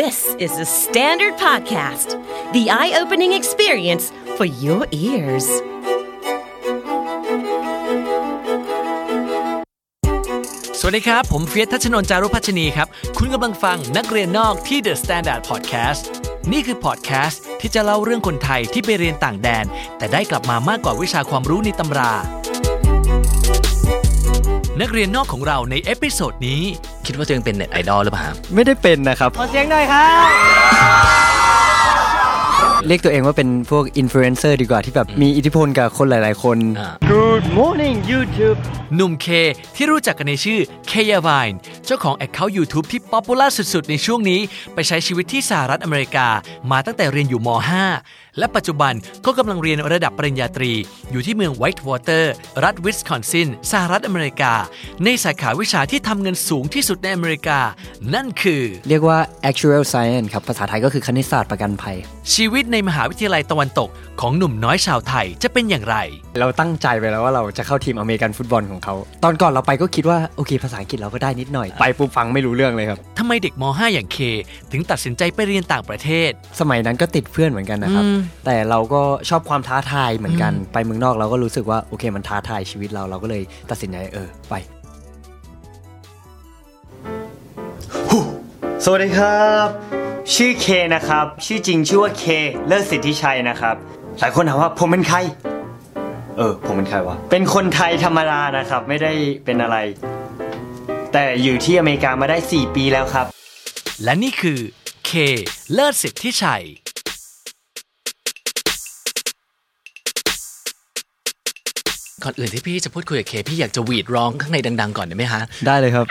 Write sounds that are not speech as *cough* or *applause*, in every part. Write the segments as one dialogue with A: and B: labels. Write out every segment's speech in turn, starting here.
A: This is the Standard Podcast, the eye opening experience for your ears.
B: Podcast สวัสดีครับ ผมเฟียสทัชนนท์จารุพัชนีครับ คุณกำลังฟังนักเรียนนอกที่ The Standard Podcast นี่คือพอดแคสต์ที่จะเล่าเรื่องคนไทยที่ไปเรียนต่างแดน แต่ได้กลับมามากกว่าวิชาความรู้ในตำรา นักเรียนนอกของเราในเอพิโซดนี้ คิดว่าตัวเองเป็นเน็ตไอดอลหรือเปล่าครับ
C: ไม่ได้เป็นนะครับ
D: ขอเสียงหน่อยครับ
C: เรียกตัวเองว่าเป็นพวกอินฟลูเอนเซอร์ดีกว่าที่แบบมีอิทธิพลกับคนหลาย ๆ คน
B: อ่า
D: Good morning YouTube
B: หนุ่มเคที่รู้จักกันในชื่อเคยาวายเจ้าของแอคเคาท์ YouTube ที่ป๊อปปูล่าสุดๆ ในช่วงนี้ ไปใช้ชีวิตที่สหรัฐอเมริกา มาตั้งแต่เรียนอยู่ม .5 และปัจจุบันก็กำลังเรียนระดับปริญญาตรี อยู่ที่เมืองไวท์วอเตอร์รัฐวิสคอนซินสหรัฐอเมริกา ในสาขาวิชาที่ทำเงินสูงที่สุดในอเมริกา นั่นคือ
C: เรียกว่า actual science ครับ ภาษาไทยก็คือคณิตศาสตร์ประกันภัย
B: ชีวิตในมหาวิทยาลัยตะวันตกของหนุ่มน้อยชาวไทยจะเป็นอย่างไร
C: เราตั้งใจไปแล้วว่าเราจะเข้าทีมอเมริกันฟุตบอลของเขา ตอนก่อนเราไปก็คิดว่า โอเคภาษาอังกฤษเราก็ได้นิดหน่อย ไปปุ๊บฟังไม่รู้เรื่องเลยครับ
B: ทำไมเด็กม .5 อย่างเค ถึงตัดสินใจไปเรียนต่างประเทศ
C: สมัยนั้นก็ติดเพื่อนเหมือนกันนะครับ
B: อืม
C: แต่เราก็ชอบความท้าทายเหมือนกัน ไปเมืองนอกเราก็รู้สึกว่าโอเคมันท้าทายชีวิตเราเราก็เลยตัดสินใจเออไป
D: สวัสดีครับ ชื่อเคนะครับ ชื่อจริงชื่อว่าเคเลิศสิทธิชัยนะครับ หลายคนถามว่าผมเป็นใคร เออ ผมเป็นใครวะ เป็นคนไทยธรรมดานะครับ ไม่ได้เป็นอะไร แต่อยู่ที่อเมริกามาได้ 4 ปีแล้วครับ
B: และนี่คือ เคเลิศสิทธิชัย ก่อนอื่นที่พี่จะพูดคุยกับเค พี่อยากจะหวีดร้องข้างในดัง ๆ ก่อนได้ไหมฮะ
C: ได้เลยครับ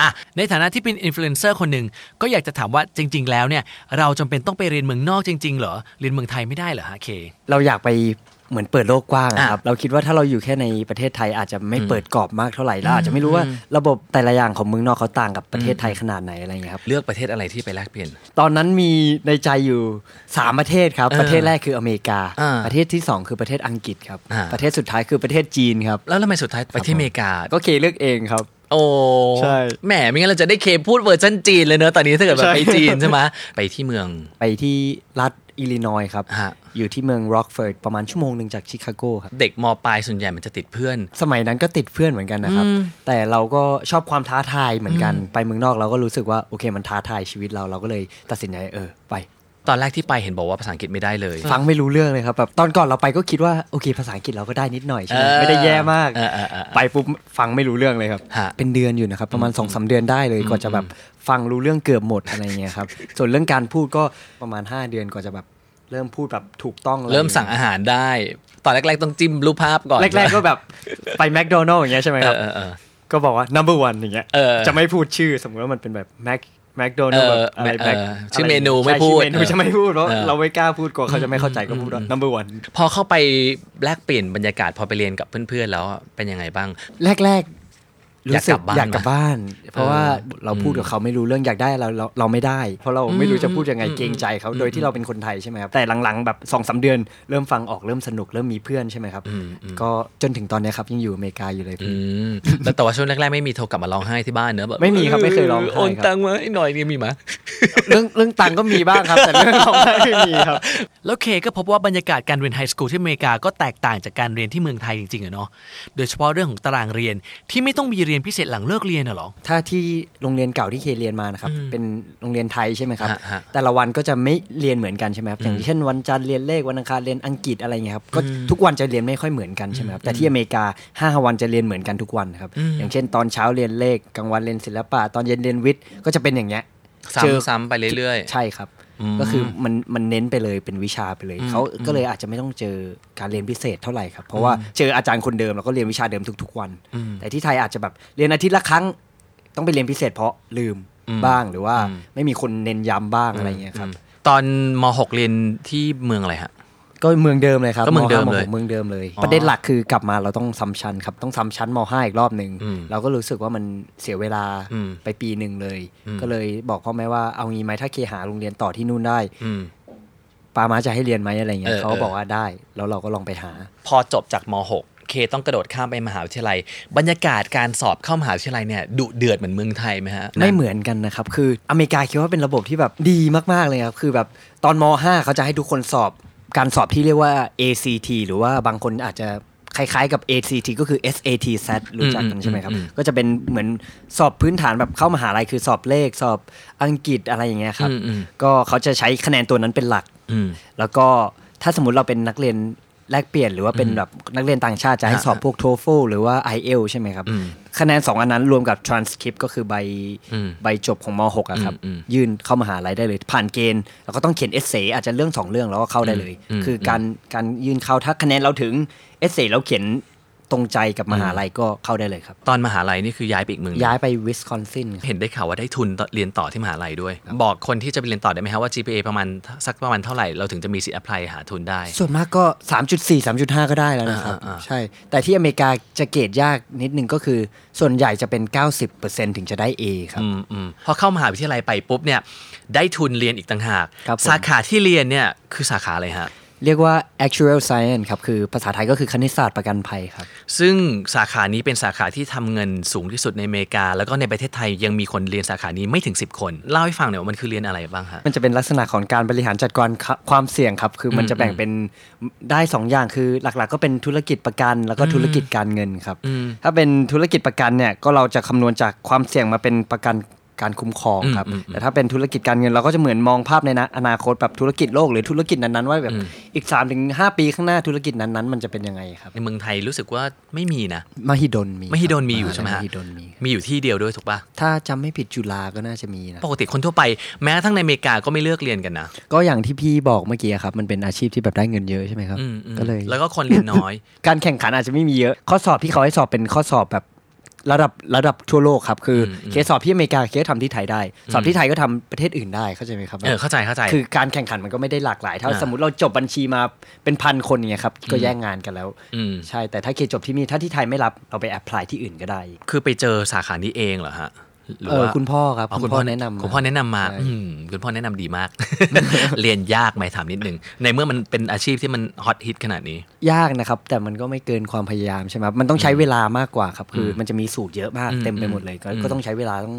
B: อ่ะ ในฐานะที่เป็นอินฟลูเอนเซอร์คนหนึ่ง ก็อยากจะถามว่าจริง ๆ แล้วเนี่ย เราจำเป็นต้องไปเรียนเมืองนอกจริง ๆ เหรอ เรียนเมืองไทยไม่ได้เหรอฮะเค
C: เราอยากไปเหมือนเปิดโลกกว้างอะครับ
B: อ่ะ
C: เราคิดว่าถ้าเราอยู่แค่ในประเทศไทยอาจจะไม่เปิดกรอบมากเท่าไหร่เราอาจจะไม่รู้ว่าระบบแต่ละอย่างของเมืองนอกเขาต่างกับประเทศไทยขนาดไหนอะไรอย่างเงี้ยครับ
E: เลือกประเทศอะไรที่ไปแลกเปลี่ยน
C: ตอนนั้นมีในใจอยู่ 3 ประเทศครับ ประเทศแรกคืออเมริกา
E: อ่า
C: ประเทศที่ 2 คือประเทศอังกฤษครับ
E: อ่า
C: ประเทศสุดท้ายคือประเทศจีนครับ
E: แล้วทำไมสุดท้ายไปที่อเมริกา
C: ก็เคเลือกเองครับ
E: โอ้
C: ใช่
E: แหมไม่งั้นเราจะได้เคพูดเวอร์ชันจีนเลยเนอะตอนนี้ถ้าเกิดแบบไปจีนใช่ไหมไปที่เมือง
C: ไปที่รัฐอิลลินอยส์ครับ
E: ฮะ
C: อยู่ที่เมืองร็อกเฟิร์ดประมาณชั่วโมงหนึ่งจากชิคาโกครับ
E: เด็กมปลายส่วนใหญ่มันจะติดเพื่อน
C: สมัยนั้นก็ติดเพื่อนเหมือนกันนะครับ แต่เราก็ชอบความท้าทายเหมือนกัน ไปเมืองนอกเราก็รู้สึกว่าโอเคมันท้าทายชีวิตเราเราก็เลยตัดสินใจเออไป
E: ตอนแรกที่ไปเห็นบอกว่าภาษาอังกฤษไม่ได้เลย
C: ฟังไม่รู้เรื่องเลยครับแบบตอนก่อนเราไปก็คิดว่าโอเคภาษาอังกฤษเราก็ได้นิดหน่อยใช่ไหม
E: เออ
C: ไม่ได้แย่มาก
E: เออเออเออ
C: ไปปุ๊บฟังไม่รู้เรื่องเลยครับ
E: ฮะ
C: เป็นเดือนอยู่นะครับประมาณ2อสเดือนได้เลยกว่าจะแบบฟังรู้เรื่องเกือบหมดอะไรเงี้ยครับ ส่วนเรื่องการพูดก็ประมาณ 5 เดือนกว่าจะแบบเริ่มพูดแบบถูกต้องลย
E: เริ่มสั่งอาหารได้ ตอนแรก ๆ ต้องจิ้มรูปภาพก่อน
C: แรก ๆ ก็แบบไปแมคโดนัลล์อย่างเงี้ยใช่ไหมครับ
E: เออเออ
C: ก็บอกว่า number one อย่างเงี้ย
E: เออ
C: จะไม่พูดชื่อสมมติว่ามันเป็นแบบแม็กแมคโดนั
E: เอ
C: ลแบ
E: อบ
C: อะไร
E: เออ
C: แม็ก
E: ชื่อเมนูไม่พูด
C: เมนูจะไม่พูดเพราะ
E: เออ
C: เราไม่กล้าพูดกลัวเขาจะไม่เข้าใจก็พูดว่า number one
E: พอเข้าไปแลกเปลี่ยนบรรยากาศพอไปเรียนกับเพื่อนๆแล้วเป็นยังไงบ้าง
C: แรกแรกๆรู้สึก
E: อ
C: อาย
E: ยาก กก
C: ก
E: ลั
C: ลับบ
E: บ้า
C: บ้าน
E: น
C: เพราะว่า
E: เออ
C: เราพูดกับเขาไม่รู้เรื่องอยากได้เราเราเราไม่ได้ เพราะเราไม่รู้จะพูดยังไงเกรงใจเขาโดยที่เราเป็นคนไทยใช่ไหมครับแต่หลังๆแบบสองสามเดือนเริ่มฟังออกเริ่มสนุกเริ่มมีเพื่อนใช่ไหมครับ ก็จนถึงตอนเนี้ยครับยังอยู่อเมริกาอยู่เลยพี่
E: อืมแต่แต่ว่าช่วงแรกๆไม่มีโทรกลับมาร้องไห้ที่บ้านเนอะแบบ
C: ไม่มีครับไม่เคยร้องไห้
E: โอน
C: ครับ
E: ตังค์มาให้หน่อยนี่มีไหม
C: เรื่องเรื่องตังค์ก็มีบ้างครับ แต่เรื่อง *laughs* ร้องไห้ไม่มีครับ
B: *laughs* แล้วเคก็พบว่าบรรยากาศการเรียนไฮสคูลที่อเมริกาก็แตกต่างจากการเรียนที่เมืองไทยจริงๆอะเนาะ โดยเฉพาะเรื่องของตารางเรียนที่ไม่ต้องมีเรียนพิเศษหลังเลิกเรียนอะเหรอ
C: ถ้าที่โรงเรียนเก่าที่เคเรียนมานะครับเป็นโรงเรียนไทยใช่ไหมครับ
E: ฮะฮะ
C: แต่ละวันก็จะไม่เรียนเหมือนกันใช่ไหมครับอย่างเช่นวันจันทร์เรียนเลขวันอังคารเรียนอังกฤษอะไรเงี้ยครับก็ทุกวันจะเรียนไม่ค่อยเหมือนกันใช่ไหมครับแต่ที่อเมริกา5วันจะเรียนเหมือนกันทุกวันครับอย่างเช่น ตอนเช้าเรียนเลขกลางวันเรียนศิลปะตอนเย็นเรียนวิทย์ก็จะเป็นอย่างเงี้ยเจอ
E: ซ้ำซ้ำไปเรื่อยๆ
C: ใช่ครับ ก็คือมันมันเน้นไปเลยเป็นวิชาไปเลยเขาก็เลยอาจจะไม่ต้องเจอการเรียนพิเศษเท่าไหร่ครับเพราะว่าเจออาจารย์คนเดิมแล้วก็เรียนวิชาเดิมทุกๆวัน แต่ที่ไทยอาจจะแบบเรียนอาทิตย์ละครั้ง ต้องไปเรียนพิเศษเพราะลืมบ้างหรือว่าไม่มีคนเน้นย้ำบ้างอะไรเงี้ยครับ
E: ตอนม .6 เรียนที่เมืองอะไรฮะ
C: ก็เมืองเดิมเลยครับ
E: ก็เมืองเดิมเลย
C: ห้าหกเมืองเดิมเลย ประเด็นหลักคือกลับมาเราต้องซ้ำชั้นครับต้องซ้ำชั้นมห้าอีกรอบหนึ่งเราก็รู้สึกว่ามันเสียเวลา
E: อืม
C: ไปปีหนึ่งเลย ก็เลยบอกพ่อแม่ว่าเอางี้ไหมถ้าเคหาโรงเรียนต่อที่นู่นได้
E: อืม
C: ปามาจะให้เรียนไหมอะไรเงี้ย
E: เออ
C: เขาก็
E: เออ
C: บอกว่าได้ แล้วเราก็ลองไปหา
E: พอจบจากม .6 เคต้องกระโดดข้ามไปมหาวิทยาลัย บรรยากาศการสอบเข้ามหาวิทยาลัยเนี่ยดุเดือดเหมือนเมืองไทยไหมฮะ
C: ไม่เหมือนกันนะครับ คืออเมริกาคิดว่าเป็นระบบที่แบบดีมาก ๆ เลยครับ คือแบบตอนม .5 เขาจะให้ทุกคนสอบการสอบที่เรียกว่า ACT หรือว่าบางคนอาจจะคล้ายๆกับ ACT ก็คือ SAT SAT รู้จักกันใช่ไหมครับ ก็จะเป็นเหมือนสอบพื้นฐานแบบเข้ามหาลัยคือสอบเลขสอบอังกฤษอะไรอย่างเงี้ยครับ ก็เขาจะใช้คะแนนตัวนั้นเป็นหลัก แล้วก็ถ้าสมมติเราเป็นนักเรียนแลกเปลี่ยนหรือว่าเป็นแบบนักเรียนต่างชาติจะให้สอบพวก TOEFL หรือว่า IEL ใช่ไหมครับ คะแนน 2 อันนั้นรวมกับ transcript ก็คือใบใบจบของม .6 อะครับ ยื่นเข้ามหาลัยได้เลย ผ่านเกณฑ์ แล้วก็ต้องเขียนเอเซอาจจะเรื่อง 2 เรื่องแล้วก็เข้าได้เลย คือการการยื่นเข้าถ้าคะแนนเราถึงเอเซเราเขียนตรงใจกับมหาลัยก็เข้าได้เลยครับ
E: ตอนมหาลัยนี่คือย้ายไปอีกเมืองหนึ่ง
C: ย้ายไปวิสคอนซิน
E: เห็นได้ข่าวว่าได้ทุนต่อเรียนต่อที่มหาลัยด้วย บอกคนที่จะไปเรียนต่อได้ไหมฮะว่า GPA ประมาณสักประมาณเท่าไหร่เราถึงจะมีสิทธิ์ apply หาทุนได้
C: ส่วนมากก็ 3.4 3.5 ก็ได้แล้วนะครับ ใช่ แต่ที่อเมริกาจะเกรดยากนิดนึงก็คือ ส่วนใหญ่จะเป็น 90%ถึงจะได้ A ครับ
E: อืมอืมพอเข้ามหาวิทยาลัยไปปุ๊บเนี่ยได้ทุนเรียนอีกต่างหาก
C: ครับผม
E: สาขาที่เรียนเนี่ยคือสาขาอะไรฮะ
C: เรียกว่า actual science ครับ คือภาษาไทยก็คือคณิตศาสตร์ประกันภัยครับ
E: ซึ่งสาขานี้เป็นสาขาที่ทำเงินสูงที่สุดในอเมริกา แล้วก็ในประเทศไทยยังมีคนเรียนสาขานี้ไม่ถึง 10 คน เล่าให้ฟังหน่อยว่ามันคือเรียนอะไรบ้างฮะ
C: มันจะเป็นลักษณะของการบริหารจัดการคความเสี่ยงครับ คือมันจะแบ่งเป็นได้สองอย่างคือหลักๆ ก็เป็นธุรกิจประกันแล้วก็ธุรกิจการเงินครับ ถ้าเป็นธุรกิจประกันเนี่ยก็เราจะคำนวณจากความเสี่ยงมาเป็นประกันการคุ้มครองครับ แต่ถ้าเป็นธุรกิจการเงินเราก็จะเหมือนมองภาพในนะอนาคตแบบธุรกิจโลกหรือธุรกิจนั้นๆว่าแบบอีก3าถึงหปีข้างหน้าธุรกิจนั้นๆ มันจะเป็นยังไงครับ
E: ในเมืองไทยรู้สึกว่าไม่มีนะ
C: มหิดลมีครับ
E: มหิดลมีอยู่ใช่ไหมฮะ
C: หิดลมี
E: มีอยู่ที่เดียวด้วยถูกปะ
C: ถ้าจำไม่ผิดจุฬาก็น่าจะมีนะ
E: ปกติคนทั่วไปแม้กระทั้งในอเมริกาก็ไม่เลือกเรียนกันนะ
C: ก็อย่างที่พี่บอกเมื่อกี้ครับ มันเป็นอาชีพที่แบบได้เงินเยอะใช่ไหมครับ
E: อืมอืม
C: ก็เลย
E: แล้วก็คนเรียนน้
C: *laughs*
E: อย
C: การแข่งขันอาจจะไม่มีเยอะ ข้อสอบที่เขาให้สอบเป็นข้อสอบแบบระดับระดับทั่วโลกครับ คืออเคสสอบที่อเมริกาเคสทำที่ไทยได้ สอบที่ไทยก็ทำประเทศอื่นได้เข้าใจไหมครับ
E: เออเข้าใจเข้าใจ
C: คือการแข่งขันมันก็ไม่ได้หลากหลายเท่า
E: อ่า
C: สมมติเราจบบัญชีมาเป็นพันคนเนี่ยครับก็แย่งงานกันแล้ว
E: ม
C: ใช่แต่ถ้าเคจบที่นี่ถ้าที่ไทยไม่รับเราไปแอพพลายที่อื่นก็ได้
E: คือไปเจอสาขานี้เองเหรอฮะหรือ
C: เออ
E: ว่า
C: คุณพ่อครับ
E: อ๋อ
C: คุณพ่อแนะนำ
E: คุณพ่อแนะนำมา
C: ใช่
E: อืมคุณพ่อแนะนำดีมาก *laughs* เรียนยากไหมถามนิดนึง ในเมื่อมันเป็นอาชีพที่มันฮอตฮิตขนาดนี้
C: ยากนะครับ แต่มันก็ไม่เกินความพยายามใช่ไหมครับมันต้องใช้เวลามากกว่าครับคืออมันจะมีสูตรเยอะมาก
E: อืม
C: เต็มไปหมดเลยก็
E: อืม
C: ก็ต้องใช้เวลาต้อง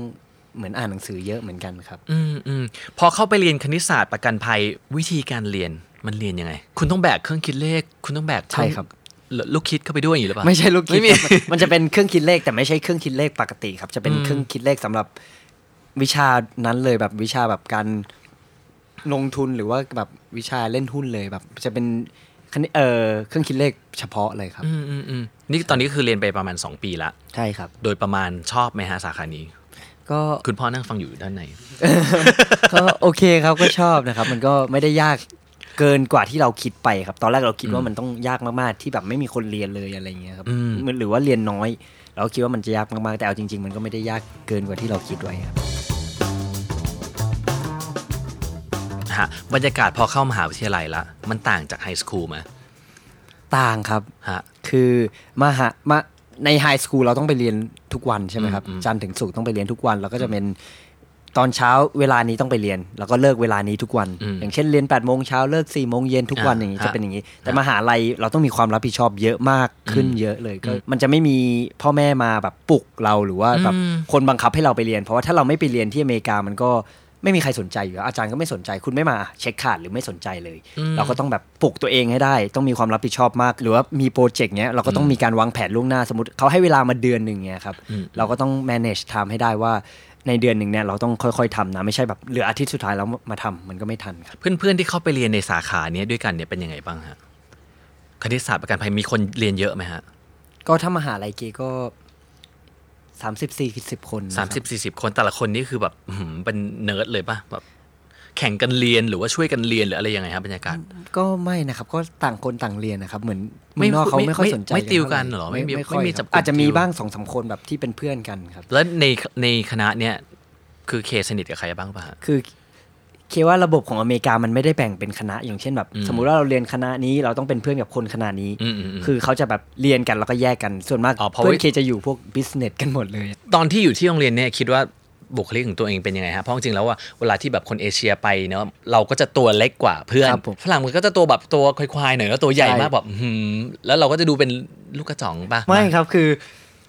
C: เหมือนอ่านหนังสือเยอะเหมือนกันครับ
E: อืมอืมพอเข้าไปเรียนคณิตศาสตร์ประกันภัยวิธีการเรียนมันเรียนยังไง คุณต้องแบกเครื่องคิดเลข คุณต้องแบกเอง
C: ใช่ครับ
E: ลูกคิดเข้าไปด้วยอยู่างนี้หรือเปล่า
C: ไม่ใช่ลูกคิด
E: ไม่มี
C: ครับ *laughs* มันมันจะเป็นเครื่องคิดเลขแต่ไม่ใช่เครื่องคิดเลขปกติครับ จะเป็นเครื่องคิดเลขสำหรับวิชานั้นเลยแบบวิชาแบบการลงทุนหรือว่าแบบวิชาเล่นหุ้นเลยแบบ จะเป็นคณิตเอ่อเครื่องคิดเลขเฉพาะเลยครับ
E: อืมอืมอืมนี่ตอนนี้คือเรียนไปประมาณ 2 ปีละ
C: ใช่ครับ
E: โดยประมาณชอบไหมฮะสาขานี้
C: ก็
E: คุณพ่อนั่งฟังอยู่ด้านใน
C: ก็โอเคครับก็ชอบนะครับ มันก็ไม่ได้ยากเกินกว่าที่เราคิดไปครับ ตอนแรกเราคิดว่ามันต้องยากมากๆที่แบบไม่มีคนเรียนเลยอะไรอย่างเงี้ยครับ
E: อืม
C: หรือว่าเรียนน้อย เราก็คิดว่ามันจะยากมากๆแต่เอาจริง ๆ มันก็ไม่ได้ยากเกินกว่าที่เราคิดไว้ครับ
E: ฮะบรรยากาศพอเข้ามหาวิทยาลัยละ มันต่างจากไฮสคูลไหม
C: ต่างครับ
E: ฮะ
C: คือมหามาในไฮสคูลเราต้องไปเรียนทุกวันใช่ไหมครับ จันทร์ถึงศุกร์ต้องไปเรียนทุกวันแล้วก็จะเป็นตอนเช้าเวลานี้ต้องไปเรียน แล้วก็เลิกเวลานี้ทุกวัน
E: อืม
C: อย่างเช่นเรียน8ปดโมงเช้าเลิก4ี่โมงเย็นทุกวัน
E: อ่า
C: อย่างนี้
E: ฮะ
C: จะเป็นอย่างนี้ แต่มหาลัยเราต้องมีความรับผิดชอบเยอะมากขึ้นเยอะเลยก็
E: อืม
C: มันจะไม่มีพ่อแม่มาแบบปลุกเราหรือว่าแบบ
E: อืม
C: คนบังคับให้เราไปเรียน เพราะว่าถ้าเราไม่ไปเรียนที่อเมริกามันก็ไม่มีใครสนใจอยู่แล้วอาจารย์ก็ไม่สนใจคุณไม่มาเช็คขาดหรือไม่สนใจเลย เราก็ต้องแบบปลุกตัวเองให้ได้ ต้องมีความรับผิดชอบมาก หรือว่ามีโปรเจกต์เนี้ยเราก็ต้องมีการวางแผนล่วงหน้าสมมติเขาให้เวลามาเดือนหนึ่งเนี้ยครับเราก็ต้อง manage time ให้ได้ว่าในเดือนหนึ่งเนี่ยเราต้องค่อยๆทำนะไม่ใช่แบบเหลืออาทิตย์สุดท้ายแล้วมาทำมันก็ไม่ทันครับ
E: เพื่อนๆที่เข้าไปเรียนในสาขาเนี้ยด้วยกันเนี่ยเป็นยังไงบ้างฮะคณิตศาสตร์ประกันภัยมีคนเรียนเยอะไหมฮะ
C: ก็ถ้ามหาลัยเกก็สามสิบสี่สิบคนนะค
E: สา
C: รั
E: มสิบสี่สิบคนแต่ละคนนี่คือแบบอื้อหือเป็นเนิร์ดเลยปะแบบแข่งกันเรียนหรือว่าช่วยกันเรียนหรืออะไรยังไงครับบรรยากาศ
C: ก็ไม่นะครับก็ต่างคนต่างเรียนนะครับเหมือน
E: ไม่
C: เมืองนอกเขาไม่ค่อย
E: ไม่
C: สนใจ
E: ไม่ติว
C: ท่า
E: กันเหรอไม่มี
C: ไม่ค่อย
E: ไม่มี
C: ค
E: จับ
C: รั
E: บ กลุ่ม
C: อาจจะมี
E: ติว
C: บ้างสองสามคนแบบที่เป็นเพื่อนกันครับ
E: แล้วในในคณะเนี้ยคือเคสนิทกับใครบ้างปะฮะ
C: คือเคว่าระบบของอเมริกามันไม่ได้แบ่งเป็นคณะ อย่างเช่นแบบ
E: อืม
C: สมมุติว่าเราเรียนคณะนี้เราต้องเป็นเพื่อนกับคนคณะนี้
E: อืมอืมอืม
C: คือเขาจะแบบเรียนกันแล้วก็แยกกันส่วนมาก
E: อ๋อเพราะว่า
C: เพื่อนเคจะอยู่พวกบิสเนสกันหมดเลย
E: ตอนที่อยู่ที่โรงเรียนเนี่ยคิดว่า บุคลิกของตัวเองเป็นยังไงฮะเพราะจริงๆแล้วว่าเวลาที่แบบคนเอเชียไปเนาะเราก็จะตัวเล็กกว่าเพื่อน
C: ครับผม
E: ฝรั่งมันก็จะตัวแบบตัวควายๆหน่อยแล้วตัวใหญ่
C: ใช่
E: มากแบบอื้อหือแล้วเราก็จะดูเป็นลูกกระจ่องปะ
C: ไม่ครับคือ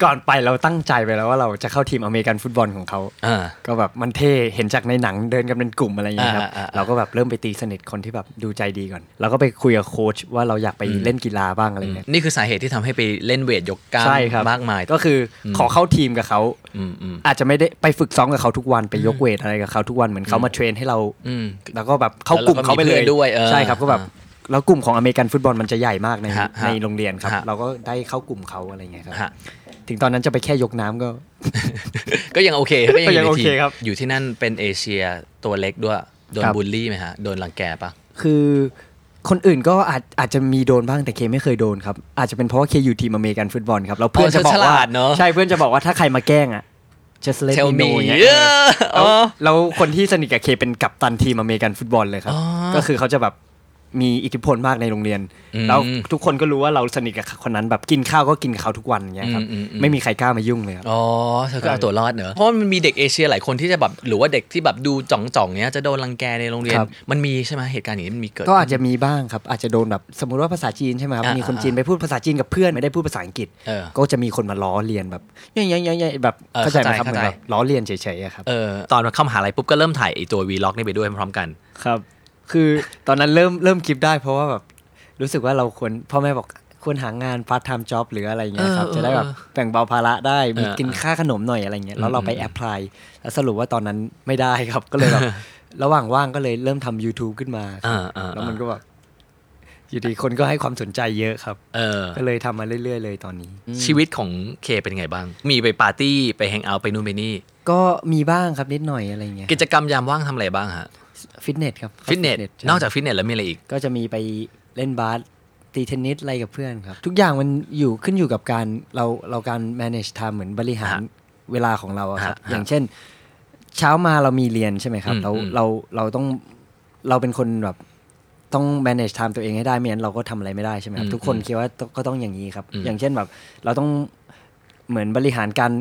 C: ก่อนไปเราตั้งใจไปแล้วว่าเราจะเข้าทีมอเมริกันฟุตบอลของเขา
E: อ่า
C: ก็แบบมันเท่เห็นจากในหนังเดินกันเป็นกลุ่มอะไรอย่างเงี้ยครับ
E: อ่าอ่าอ่า
C: เราก็แบบเริ่มไปตีสนิทคนที่แบบดูใจดีก่อน เราก็ไปคุยกับโค้ชว่าเราอยากไป
E: อืม
C: เล่นกีฬาบ้างอะไรเงี้ย
E: นี่คือสาเหตุที่ทำให้ไปเล่นเวทยกกล้าม
C: ใช่ครับ
E: มากมาย
C: ก็คืออขอเข้าทีมกับเขา
E: มอืม
C: อาจจะไม่ได้ไปฝึกซ้อมกับเขาทุกวันไปยกเวทอะไรกับเขาทุกวันเหมือนเขามาเทรนให้เรา
E: อืม
C: แล้วก็แบบเข้ากลุ่มเขาไปเลย
E: แล้วเราก็มีเพื่อนด้วยเออ
C: ใช่ครับก็แบบแล้วกลุ่มของอเมริกันฟุตบอลมันจะใหญ่มากใน
E: ฮะฮะ
C: ในโรงเรียนครับ
E: ฮะ
C: เราก็ได้เข้ากลุ่มเขาอะไรเงี้ยครับ
E: ฮะ
C: ถึงตอนนั้นจะไปแค่ยกน้ำก็
E: *laughs* ก็ยังโอเคก็ยัง
C: ก็ยัง
E: ยู่ใน
C: โอเค
E: ทีม
C: ครับ
E: อยู่ที่นั่นเป็นเอเชียตัวเล็กด้วย โดน
C: ครับ
E: บูลลี่ไหมฮะ โดนรังแกปะ
C: คือคนอื่นก็อาจอาจจะมีโดนบ้างแต่เคไม่เคยโดนครับ อาจจะเป็นเพราะว่าเคอยู่ทีมอเมริกันฟุตบอลครับแล้วเพื่อน
E: เออ
C: จะบอก
E: ฉ
C: ว่า
E: ลาดเนอะ
C: ใช่เพื่อนจะบอกว่าถ้าใครมาแกล้งอ่ะ just let
E: เทล
C: me
E: มี
C: know อย่างเงี้ยแล้วแล้วคนที่สนิทกับเคเป็นกัปตันทีมอเมริกันฟุตบอลเลยครับ
E: อ๋อ
C: ก็คือเขาจะแบบมีอิทธิพลมากในโรงเรียน
E: อืม
C: แล้วทุกคนก็รู้ว่าเราสนิทกับคนนั้นแบบกินข้าวก็กินกับเขาทุกวันอย่างเงี้ยครับ
E: อืมอืมอืม
C: ไม่มีใครกล้ามายุ่งเลยครับ
E: อ๋อเธอก็เอาตัวรอดเนอะเพราะว่ามันมีเด็กเอเชียหลายคนที่จะแบบหรือว่าเด็กที่แบบดูจ่องๆเนี้ยจะโดนรังแกในโรงเรียน
C: ครับ
E: มันมีใช่ไหมเหตุการณ์อย่างนี้มันมีเกิด
C: ก็อาจจะมีบ้างครับ อาจจะโดนแบบสมมติว่าภาษาจีนใช่ไหมครับ
E: อ่ามี
C: มีคนจีนไปพูดภาษาจีนกับเพื่อนไม่ได้พูดภาษาอังกฤษ
E: เออ
C: ก็จะมีคนมาล้อเลียนแบบเย้ยเย้ยเย้ยเย้ยแบบ
E: เออ
C: เข้าใจไหมครับ
E: เข้า
C: เห
E: ใจ
C: มือนแบบล้อเลียนเฉยๆอะครับ
E: เออตอนเข้ามหาลัยปุ๊บก็เริ่มถ่ายไอตัววีล็อกนี่ไปด้วยพร้อมๆกัน
C: ครับ คือตอนนั้นเริ่มเริ่มคลิปได้ เพราะว่าแบบรู้สึกว่าเราควรพ่อแม่บอกควรหางานพาร์ทไทม์จ็อบหรืออะไรอย่างเงี้ยครับ
E: เออ
C: จะได้แบบแบ่งเบาภาระได้มี
E: เออ
C: กินค่าขนมหน่อยอะไรเงี้ยแล้วเราไป
E: อืม
C: แอพพลายแล้วสรุปว่าตอนนั้นไม่ได้ครับก็
E: *laughs*
C: เลยแบบระหว่างว่างก็เลยเริ่มทำ YouTube ขึ้นมาครับ
E: อ่าอ่า
C: แล้วมันก็แบบอยู่ดีคนก็ให้ความสนใจเยอะครับ
E: เออ
C: ก็เลยทำมาเรื่อย ๆ เลยตอนนี้
E: ชีวิตของเคเป็นไงบ้าง มีไปปาร์ตี้ไปแฮงเอาท์ไปนู่นไปนี่
C: ก็มีบ้างครับนิดหน่อยอะไรเงี้ย
E: กิจกรรมยามว่างทำอะไรบ้างฮะ
C: ฟิตเนสครับ
E: ฟิตเนส
C: ใช่
E: นอกจากฟิตเนสแล้วมีอะไรอีก
C: ก็จะมีไปเล่นบาสตีเทนนิสอะไรกับเพื่อนครับ ทุกอย่างมันอยู่ขึ้นอยู่กับการเราเราการ manage time เหมือนบริหาร
E: ฮะ
C: เวลาของเราอะครับ
E: ฮะฮะ
C: อย่างเช่น เช้ามาเรามีเรียนใช่ไหมครับ
E: อืม
C: เรา
E: อืม
C: เราเราต้องเราเป็นคนแบบต้อง manage time ตัวเองให้ได้ไม่งั้นเราก็ทำอะไรไม่ได้ใช่ไหมครับทุกคนคิดว่าต้องก็ต้องอย่างนี้ครับ อย่างเช่นแบบ เราต้อง เหมือนบริหารการ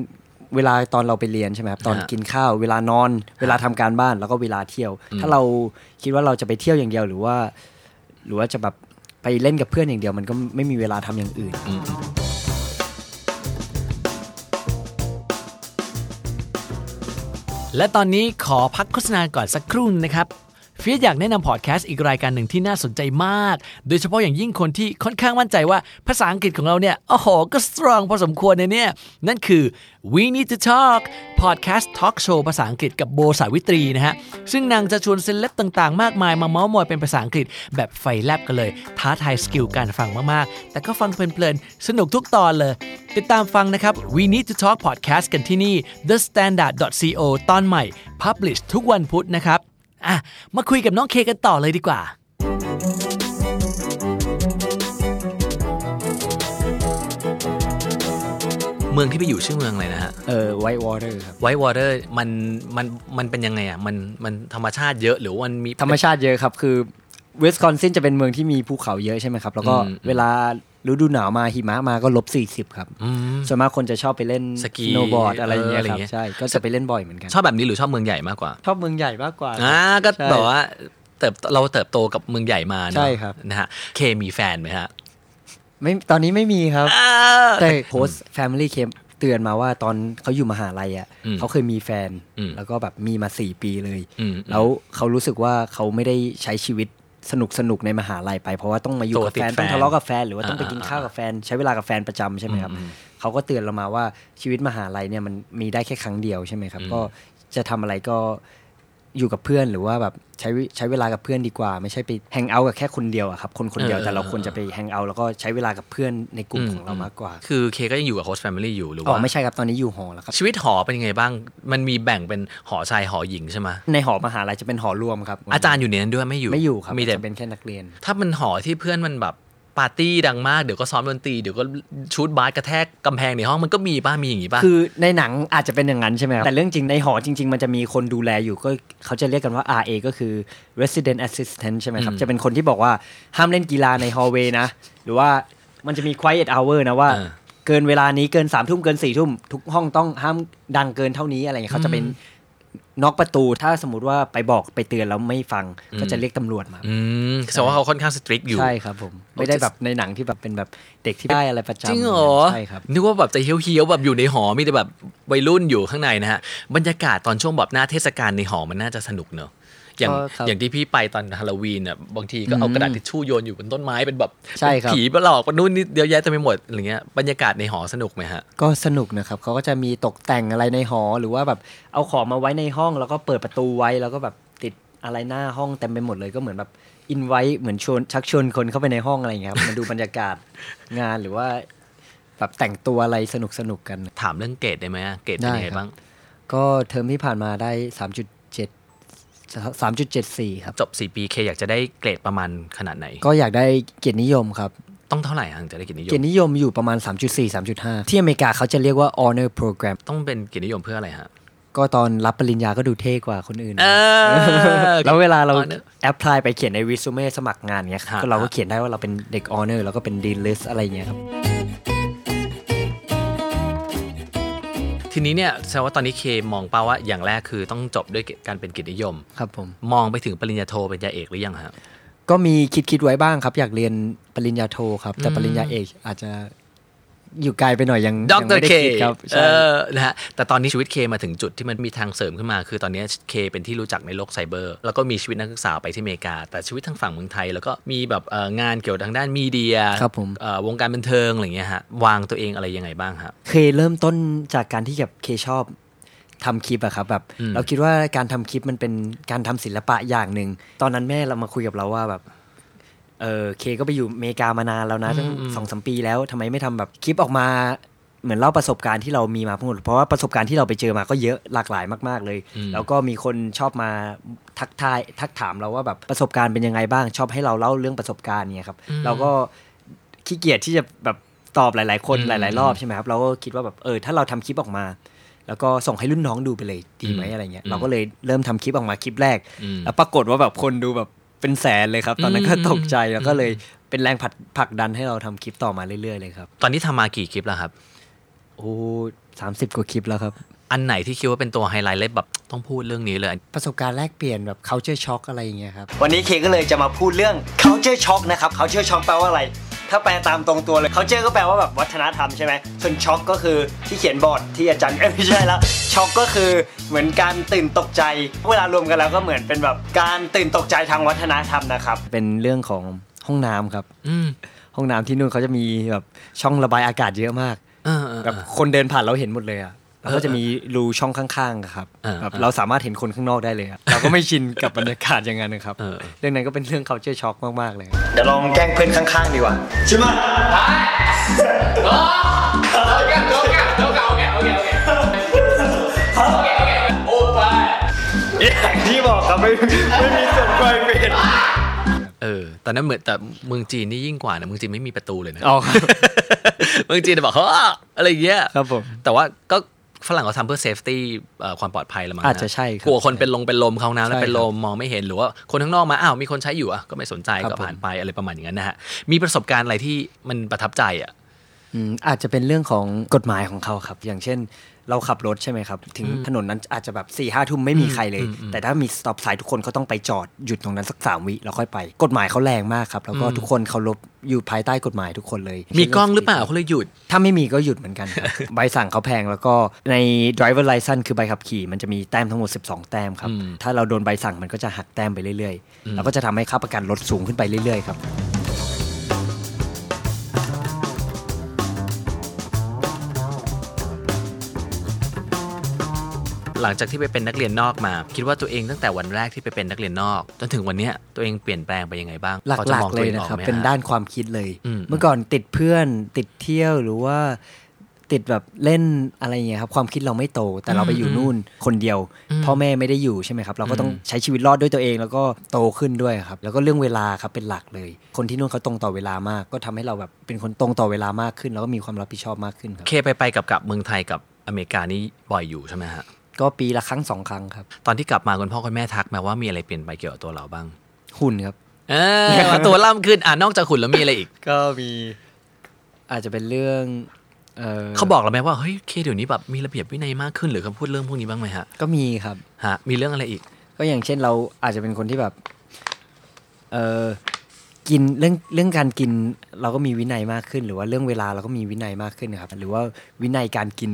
C: เวลาตอนเราไปเรียนใช่ไหมครับตอน
E: ฮะ
C: กินข้าวเวลานอน เวลาทำการบ้านแล้วก็เวลาเที่ยว ถ้าเราคิดว่าเราจะไปเที่ยวอย่างเดียวหรือว่า หรือว่าจะแบบไปเล่นกับเพื่อนอย่างเดียว มันก็ไม่มีเวลาทำอย่างอื่น
B: และตอนนี้ขอพักโฆษณาก่อนสักครู่นะครับเฟียสอยากแนะนำพอดแคสต์อีกรายการหนึ่งที่น่าสนใจมาก โดยเฉพาะอย่างยิ่งคนที่ค่อนข้างมั่นใจว่าภาษาอังกฤษของเราเนี่ยโอ้โหก็สตรองพอสมควรเลยเนี่ย นั่นคือ We Need to Talk Podcast Talk Show ภาษาอังกฤษกับโบสาวิตรีนะฮะ ซึ่งนางจะชวนเซเลบต่างๆ มากมายมาเมาส์มอยเป็นภาษาอังกฤษแบบไฟแลบกันเลย ท้าทายสกิลการฟังมากๆ แต่ก็ฟังเพลินๆสนุกทุกตอนเลย ติดตามฟังนะครับ We Need to Talk Podcast กันที่นี่ The Standard co ตอนใหม่ Publish ทุกวันพุธนะครับ อ่ะ มาคุยกับน้องเคกันต่อเลยดีกว่า
E: เมืองที่ไปอยู่ชื่อเมืองอะไรนะฮะ
C: เออ white water ครับ
E: ไวท์วอเตอร์มันมันมันเป็นยังไงอ่ะมันมันธรรมชาติเยอะหรือว่ามันมี
C: ธรรมชาติเยอะครับ คือเวสคอนซินจะเป็นเมืองที่มีภูเขาเยอะใช่ไหมครับ แล้วก็
E: อืม
C: เวลาฤดูหนาวมาหิมะมาก็ลบ40ครับ
E: อืม
C: ส่วนมากคนจะชอบไปเล่น
E: สกี
C: โนบอร์ดอะไรอย่างเงี้ย
E: เอออะไร
C: ครับ
E: เงี้ย
C: ใช่ก็จะไปเล่นบ่อยเหมือนกัน
E: ชอบแบบนี้หรือชอบเมืองใหญ่มากกว่า
C: ชอบเมืองใหญ่มากกว่า
E: อ่าก็
C: ใช่
E: แบบว่าเติบเราเติบโตกับเมืองใหญ่มาเนอะ
C: ใช่ครับ
E: นะฮะเคมีแฟนไหมฮะ
C: ไม่ตอนนี้ไม่มีครับ
E: อ่า
A: Uh,
C: แต่โค้ชแฟมิลี่เคมเตือนมาว่าตอนเขาอยู่มหาลัยอ่ะ
E: อืม
C: เขาเคยมีแฟน
E: อืม
C: แล้วก็แบบมีมาสี่ปีเลย
E: อืม
C: แล้วเขารู้สึกว่าเขาไม่ได้ใช้ชีวิตสนุกสนุกๆในมหาลัยไป เพราะว่าต้องมาอยู่
E: ตัว
C: กับ
E: ติด
C: แฟน
E: แฟน
C: ต้องทะเลาะกับแฟนหรือว่าต้องไป
E: อ่า
C: กินข้าวกับแฟน ใช้เวลากับแฟนประจำใช่ไหมครับเขาก็เตือนเรามาว่าชีวิตมหาลัยเนี่ยมันมีได้แค่ครั้งเดียวใช่ไหมครับ ก็จะทำอะไรก็อยู่กับเพื่อนหรือว่าแบบใช้วิใช้เวลากับเพื่อนดีกว่า ไม่ใช่ไปแฮงเอาท์กับแค่คนเดียวอะครับคนคนเดียว
E: เออ
C: แต่เราควรจะไปแฮงเอาท์แล้วก็ใช้เวลากับเพื่อนในกลุ่มของเรามากกว่า
E: คือเคก็ยังอยู่กับโฮสต์แฟมิลี่อยู่หรือ
C: อ๋อ
E: ว่า
C: ไม่ใช่ครับ ตอนนี้อยู่หอแล้วครับ
E: ชีวิตหอเป็นยังไงบ้าง มันมีแบ่งเป็นหอชายหอหญิงใช่ไหม
C: ในหอมหาลัยจะเป็นหอรวมครับ
E: อาจารย์อยู่ในนั้นด้วยไม่อยู่
C: ไม่อยู่ครับ
E: มีแต่
C: จะเป็นแค่นักเรียน
E: ถ้ามันหอที่เพื่อนมันแบบปาร์ตี้ดังมาก เดี๋ยวก็ซ้อมดนตรีเดี๋ยวก็ชูดบาสกระแทกกำแพงในห้องมันก็มีป้ามีอย่างงี้ป้า
C: คือในหนังอาจจะเป็นอย่างนั้นใช่ไหมครับ แต่เรื่องจริงในหอจริง ๆ มันจะมีคนดูแลอยู่ก็เขาจะเรียกกันว่า RA ก็คือ resident assistant ใช่ไหมครับ จะเป็นคนที่บอกว่าห้ามเล่นกีฬาในฮอลเวย์นะ หรือว่ามันจะมี quiet hour นะว่า
E: อ่า
C: เกินเวลานี้เกิน3ามทุ่มเกิน4ี่ทุ่มทุกห้องต้องห้ามดังเกินเท่านี้อะไรเงี้ยเขาจะเป็น น็อกประตูถ้าสมมติว่าไปบอกไปเตือนแล้วไม่ฟังก็จะเรียกตำรวจมา
E: อืมแสดงว่าเขาค่อนข้างสตริกอยู่
C: ใช่ครับผม ไม่ได้แบบในหนังที่แบบเป็นแบบเด็กที่ได้อะไรประจำ
E: จริงเหรอ
C: ใช่ครับ
E: นึกว่าแบบจะเฮี้ยวๆแบบอยู่ในหอมีแต่แบบวัยรุ่นอยู่ข้างในนะฮะบรรยากาศตอนช่วงแบบหน้าเทศกาลในหอมันน่าจะสนุกเนอะอย่าง
C: ก็ครับ
E: อย่างที่พี่ไปตอนฮาโลวีนอ่ะบางทีก็เอากระดาษทิชชู่โยนอยู่บนต้นไม้เป็นแบบ
C: ใช่ครับ
E: ผีประหลอกมันนู่นนี่เยอะแยะเต็มไปหมดอะไรเงี้ยบรรยากาศในหอสนุกไหมฮะ
C: ก็สนุกนะครับเขาก็จะมีตกแต่งอะไรในหอหรือว่าแบบเอาของมาไว้ในห้อง แล้วก็เปิดประตูไว้แล้วก็แบบติดอะไรหน้าห้องเต็มไปหมดเลยก็เหมือนแบบอินไว้เหมือนชวนชักชวนคนเข้าไปในห้องอะไรอย่างเงี้ยครับ มาดูบรรยากาศงานหรือว่า แบบแต่งตัวอะไรสนุกสนุกๆกัน
E: ถามเรื่องเกรดได้ไหมอะเกรดเป็นยังไง
C: ได้ครับ
E: บ้าง
C: ก็เทอมที่ผ่านมาได้สามจุดเจ็ดสามจุดเจ็ดสี่ครับ
E: จบ 4 ปีเคอยากจะได้เกรดประมาณขนาดไหน
C: ก็อยากได้เกียรตินิยมครับ
E: ต้องเท่าไหร่อะถึงจะได้เกรดนิย
C: เกียร
E: ม
C: ตินิยมอยู่ประมาณ 3.4 3.5 ที่อเมริกาเขาจะเรียกว่า honor program
E: ต้องเป็นเกรดนิยมเพื่ออะไรฮะ
C: ก็ตอนรับปริญญาก็ดูเท่กว่าคนอื่น
E: เออ
C: *laughs* แล้วเวลาเรา
E: honor
C: แอ p พลายไปเขียนในรีสูเม่สมัครงานเนี้ย
E: ฮะ
C: ก็เราก็เขียนได้ว่าเราเป็นเด็ก honor แล้วก็เป็น dean list อะไรเงี้ยครับ
E: ทีนี้เนี่ยแสดงว่าตอนนี้เคมองเป้าว่าอย่างแรกคือต้องจบด้วยการเป็นเกิจนิยม
C: ครับผม
E: มองไปถึงปริญญาโทปริญญาเอกหรือยังฮะ
C: ก็มีคิดคิดไว้บ้างครับ อยากเรียนปริญญาโทครับ แต่ปริญญาเอกอาจจะอยู่ไกลไปหน่อยยัง
E: ด
C: ยัง
E: ร
C: ไม่ได้
E: เค
C: คิดครับ
E: เอ
C: ใช่
E: อนะฮะแต่ตอนนี้ชีวิตเคมาถึงจุดที่มันมีทางเสริมขึ้นมา คือตอนนี้เคเป็นที่รู้จักในโลกไซเบอร์ แล้วก็มีชีวิตนักศึกษาไปที่อเมริกา แต่ชีวิตทางฝั่งเมืองไทย แล้วก็มีแบบเอ่องานเกี่ยวทางด้านมีเดีย
C: ครับผม
E: เอ่อวงการบันเทิงอะไรอย่างเงี้ยฮะวางตัวเองอะไรยังไงบ้างฮะ
C: เคยเริ่มต้นจากการที่แบบเคชอบทำคลิปอะครับแบบเราคิดว่าการทำคลิปมันเป็นการทำศิลปะอย่างหนึ่งตอนนั้นแม่เรามาคุยกับเราว่าแบบเออเคก็ไปอยู่อเมริกามานานแล้วนะตั้งสองสามปีแล้วทำไมไม่ทำแบบคลิปออกมา เหมือนเล่าประสบการณ์ที่เรามีมาทั้งหมดเพราะว่าประสบการณ์ที่เราไปเจอมาก็เยอะหลากหลายมาก ๆ เลย แล้วก็มีคนชอบมาทักทายทักถามเราว่าแบบประสบการณ์เป็นยังไงบ้าง ชอบให้เราเล่าเรื่องประสบการณ์เนี่ยครับเราก็ ขี้เกียจที่จะแบบตอบหลาย ๆ คนหลาย ๆ รอบใช่ไหมครับเราก็คิดว่าแบบเออถ้าเราทำคลิปออกมา แล้วก็ส่งให้รุ่นน้องดูไปเลยดีไหม
E: อืม
C: อะไรเงี้ยเราก็เลยเริ่มทำคลิปออกมาคลิปแรก
E: อืม
C: แล้วปรากฏว่าแบบคนดูแบบเป็นแสนเลยครับ ตอนนั้นก็
E: อืม
C: ตกใจแล้วก็เลยเป็นแรงผลักผลักดันให้เราทำคลิปต่อมาเรื่อย ๆ เลยครับ
E: ตอนนี้ทำมากี่คลิปแล้วครับ
C: โอ้สามสิบกว่าคลิปแล้วครับ
E: อันไหนที่คิดว่าเป็นตัวไฮไลท์เลยแบบต้องพูดเรื่องนี้เลย
C: ประสบการณ์แลกเปลี่ยนแบบ culture shock อะไรอย่างเงี้ยครับ
D: วันนี้เคก็เลยจะมาพูดเรื่อง culture shock นะครับ culture shock แปลว่าอะไร ถ้าแปลตามตรงตัวเลย culture ก็แปลว่าแบบวัฒนธรรมใช่ไหม ส่วน shock ก็คือที่เขียนบอร์ดที่อาจารย์เอ้ยไม่ *laughs* ใช่แล้ว shock ก็คือเหมือนการตื่นตกใจ เวลารวมกันแล้วก็เหมือนเป็นแบบการตื่นตกใจทางวัฒนธรรมนะครับ
C: เป็นเรื่องของห้องน้ำครับ
E: อืม
C: ห้องน้ำที่นู่นเขาจะมีแบบช่องระบายอากาศเยอะมาก
E: เออเออ
C: แบ
E: เอบ อ
C: คนเดินผ่านเราเห็นหมดเลยอ่ะแล้วก็
E: เออ
C: จะมีรูช่องข้างๆอะครับ
E: เออ
C: แบบ
E: เออ
C: เราสามารถเห็นคนข้างนอกได้เลยอะเราก็ไม่ชินกับบรรยากาศอย่างนั้นนะครับ
E: เออ
C: เรื่องนั้นก็เป็นเรื่อง culture shock มากๆเลย
D: เดี๋ยวลองแกล้งเพื่อนข้างๆดีกว่า อย่างที่บอกครับไม่ไม่มีส่วนไกลเป็น
E: เออตอนนั้นเหมือนแต่เมืองจีนนี่ยิ่งกว่านะเมืองจีนไม่มีประตูเลยนะ
C: อ๋อครับ
E: เมืองจีน *laughs* จะบอกเขาอ้ออะไรอย่างเงี้ย
C: ครับผม
E: แต่ว่าก็ฝรั่งเขาทำเพื่อ safety เอ่อความปลอดภัยละมั้งน
C: อาจจะใช่ครับ
E: กลัวคนเป็นลงเป็นลมเขาน้ำ
C: ใช่
E: แล้วเป็นลมมองไม่เห็นหรือว่าคนข้างนอกมาอ้าวมีคนใช้อยู่อ่ะก็ไม่สนใจ
C: ครับ
E: ก็ผ่าน
C: ผม
E: ไปอะไรประมาณอย่างนั้นนะฮะมีประสบการณ์อะไรที่มันประทับใจอ่ะ
C: อืมอาจจะเป็นเรื่องของกฎหมายของเขาครับ อย่างเช่น เราขับรถใช่ไหมครับ ถึงถนนนั้นอาจจะแบบ4ี่ห้าทุ่มไม่มีใครเลย แต่ถ้ามีสต็อปสายทุกคนเขาต้องไปจอดหยุดตรงนั้นสักสามวิแล้วค่อยไปกฎหมายเขาแรงมากครับแล้วก็ทุกคนเคารพอยู่ภายใต้กฎหมายทุกคนเลย
E: มีกล้องหรือเปล่าเขาเลยหยุด
C: ถ้าไม่มีก็หยุดเหมือนกันครับ *laughs* ใบสั่งเขาแพงแล้วก็ใน driver license คือใบขับขี่ มันจะมีแต้มทั้งหมด 12 แต้มครับ
E: อืม
C: ถ้าเราโดนใบสั่งมันก็จะหักแต้มไปเรื่อยๆ แล้วก็จะทำให้ค่าประกันลดสูงขึ้นไปเรื่อยๆครับ
E: หลังจากที่ไปเป็นนักเรียนนอกมา คิดว่าตัวเองตั้งแต่วันแรกที่ไปเป็นนักเรียนนอก จนถึงวันเนี้ยตัวเองเปลี่ยนแปลงไปยังไงบ้าง
C: หล
E: พอจะ
C: ัก
E: มอง
C: ๆเล
E: ตัวอย งอ
C: นะ
E: อ
C: ครับ
E: ไหม
C: เป็น
E: ฮะ
C: ด้านความคิดเลย
E: อืม
C: เมื่อก่อนติดเพื่อนติดเที่ยวหรือว่าติดแบบเล่นอะไรอย่างเงี้ยครับ ความคิดเราไม่โต แต่เราไปอยู่นู่นคนเดียว พ่อแม่ไม่ได้อยู่ใช่ไหมครับ เราก็ต้องใช้ชีวิตรอดด้วยตัวเอง แล้วก็โตขึ้นด้วยครับ แล้วก็เรื่องเวลาครับเป็นหลักเลย คนที่นู่นเขาตรงต่อเวลามาก ก็ทำให้เราแบบเป็นคนตรงต่อเวลามากขึ้น แล้วก็มีความรับผิดชอบมากขึ้นครับ
E: เคไปไปกับกับเมืองไทยกับอเมริกานี่บ่อยอยู่ใช่ไหมฮะ
C: ก็ปีละครั้งสองครั้งครับ
E: ตอนที่กลับมาคุณพ่อคุณแม่ทักมาว่ามีอะไรเปลี่ยนไปเกี่ยวกับตัวเราบ้าง
C: หุ่นครับ
E: เออว่าตัวล่ำขึ้นอ่ะนอกจากหุ่นแล้วมีอะไรอีก
C: ก็มีอาจจะเป็นเรื่อง เออ
E: เขาบอกเราไหมว่าเฮ้ยเคเดี๋ยวนี้แบบมีระเบียบวินัยมากขึ้นหรือเขาพูดเรื่องพวกนี้บ้างไหมฮะ
C: ก็มีครับ
E: ฮะมีเรื่องอะไรอีก
C: ก็อย่างเช่นเราอาจจะเป็นคนที่แบบ เออกินเรื่องเรื่องการกินเราก็มีวินัยมากขึ้น หรือว่าเรื่องเวลาเราก็มีวินัยมากขึ้นนะครับ หรือว่าวินัยการกิน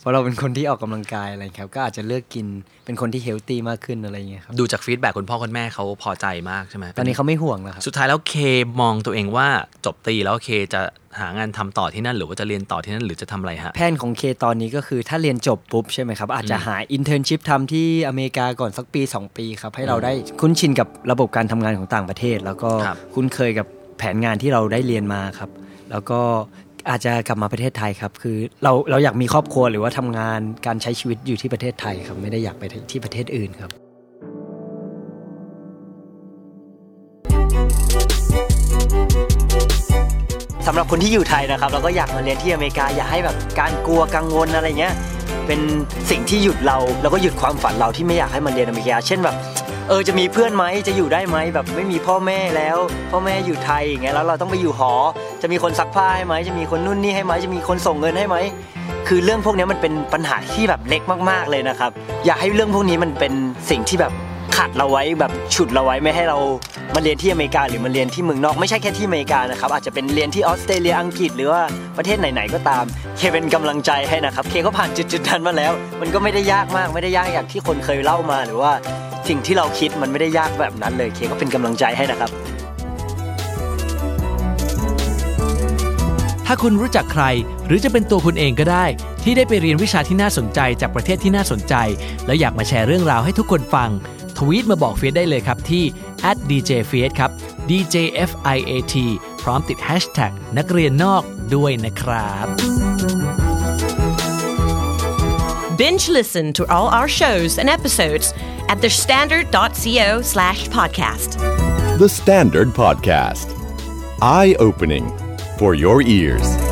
C: เพราะเราเป็นคนที่ออกกำลังกายอะไรครับ ก็อาจจะเลือกกินเป็นคนที่เฮลตี้มากขึ้นอะไรอย่างเงี้ยครับ
E: ดูจากฟีดแบ็กคุณพ่อคุณแม่เขาพอใจมากใช่ไหม
C: ตอนนี้เขาไม่ห่วงแล้วครับ
E: สุดท้ายแล้วเคมองตัวเองว่าจบตรีแล้วเคจะหางานทำต่อที่นั่น หรือว่าจะเรียนต่อที่นั่นหรือจะทำอะไรฮะ
C: แผนของเคตอนนี้ก็คือถ้าเรียนจบปุ๊บใช่ไหมครับ อาจจะหาอินเทอร์นชิพทำที่อเมริกาก่อนสักปี 2 ปีครับ ให้เราได้คุ้นชินกับระบบการทำงานของต่างประเทศ แล้วก็
E: ครับ
C: คุ้นเคยกับแผนงานที่เราได้เรียนมาครับ แล้วก็อาจจะกลับมาประเทศไทยครับ คือเราเราอยากมีครอบครัวหรือว่าทำงานการใช้ชีวิตอยู่ที่ประเทศไทยครับไม่ได้อยากไปที่ประเทศอื่นครับ
D: สำหรับคนที่อยู่ไทยนะครับเราก็อยากมาเรียนที่อเมริกาอย่าให้แบบการกลัวกังวลอะไรเงี้ยเป็นสิ่งที่หยุดเราแล้วก็หยุดความฝันเราที่ไม่อยากให้มาเรียนอเมริกา เช่นแบบ เออจะมีเพื่อนไหมจะอยู่ได้ไหมแบบไม่มีพ่อแม่แล้ว พ่อแม่อยู่ไทยอย่างเงี้ยแล้วเราต้องไปอยู่หอ จะมีคนซักผ้าให้ไหมจะมีคนนู่นนี่ให้ไหมจะมีคนส่งเงินให้ไหมคือเรื่องพวกเนี้ยมันเป็นปัญหาที่แบบเล็กมากๆเลยนะครับ อยากให้เรื่องพวกนี้มันเป็นสิ่งที่แบบ ขัดเราไว้แบบฉุดเราไว้ไม่ให้เรามาเรียนที่อเมริกาหรือมาเรียนที่เมืองนอกไม่ใช่แค่ที่อเมริกานะครับอาจจะเป็นเรียนที่ออสเตรเลียอังกฤษหรือว่าประเทศไหนๆก็ตาม เคเป็นกำลังใจให้นะครับ เคก็ผ่านจุดๆนั้นมาแล้ว มันก็ไม่ได้ยากมากไม่ได้ยากอย่างที่คนเคยเล่ามาหรือว่าสิ่งที่เราคิดมันไม่ได้ยากแบบนั้นเลยเคก็เป็นกำลังใจให้นะครับ
B: ถ้าคุณรู้จักใคร หรือจะเป็นตัวคุณเองก็ได้ ที่ได้ไปเรียนวิชาที่น่าสนใจจากประเทศที่น่าสนใจ แล้วอยากมาแชร์เรื่องราวให้ทุกคนฟัง ทวีตมาบอกเฟียสได้เลยครับที่ @djfiat ครับ djfiat พร้อมติด hashtag นักเรียนนอกด้วยนะครับ
A: Binge listen to all our shows and episodes at thestandard.co slash podcast.
F: The Standard Podcast. Eye opening for your ears.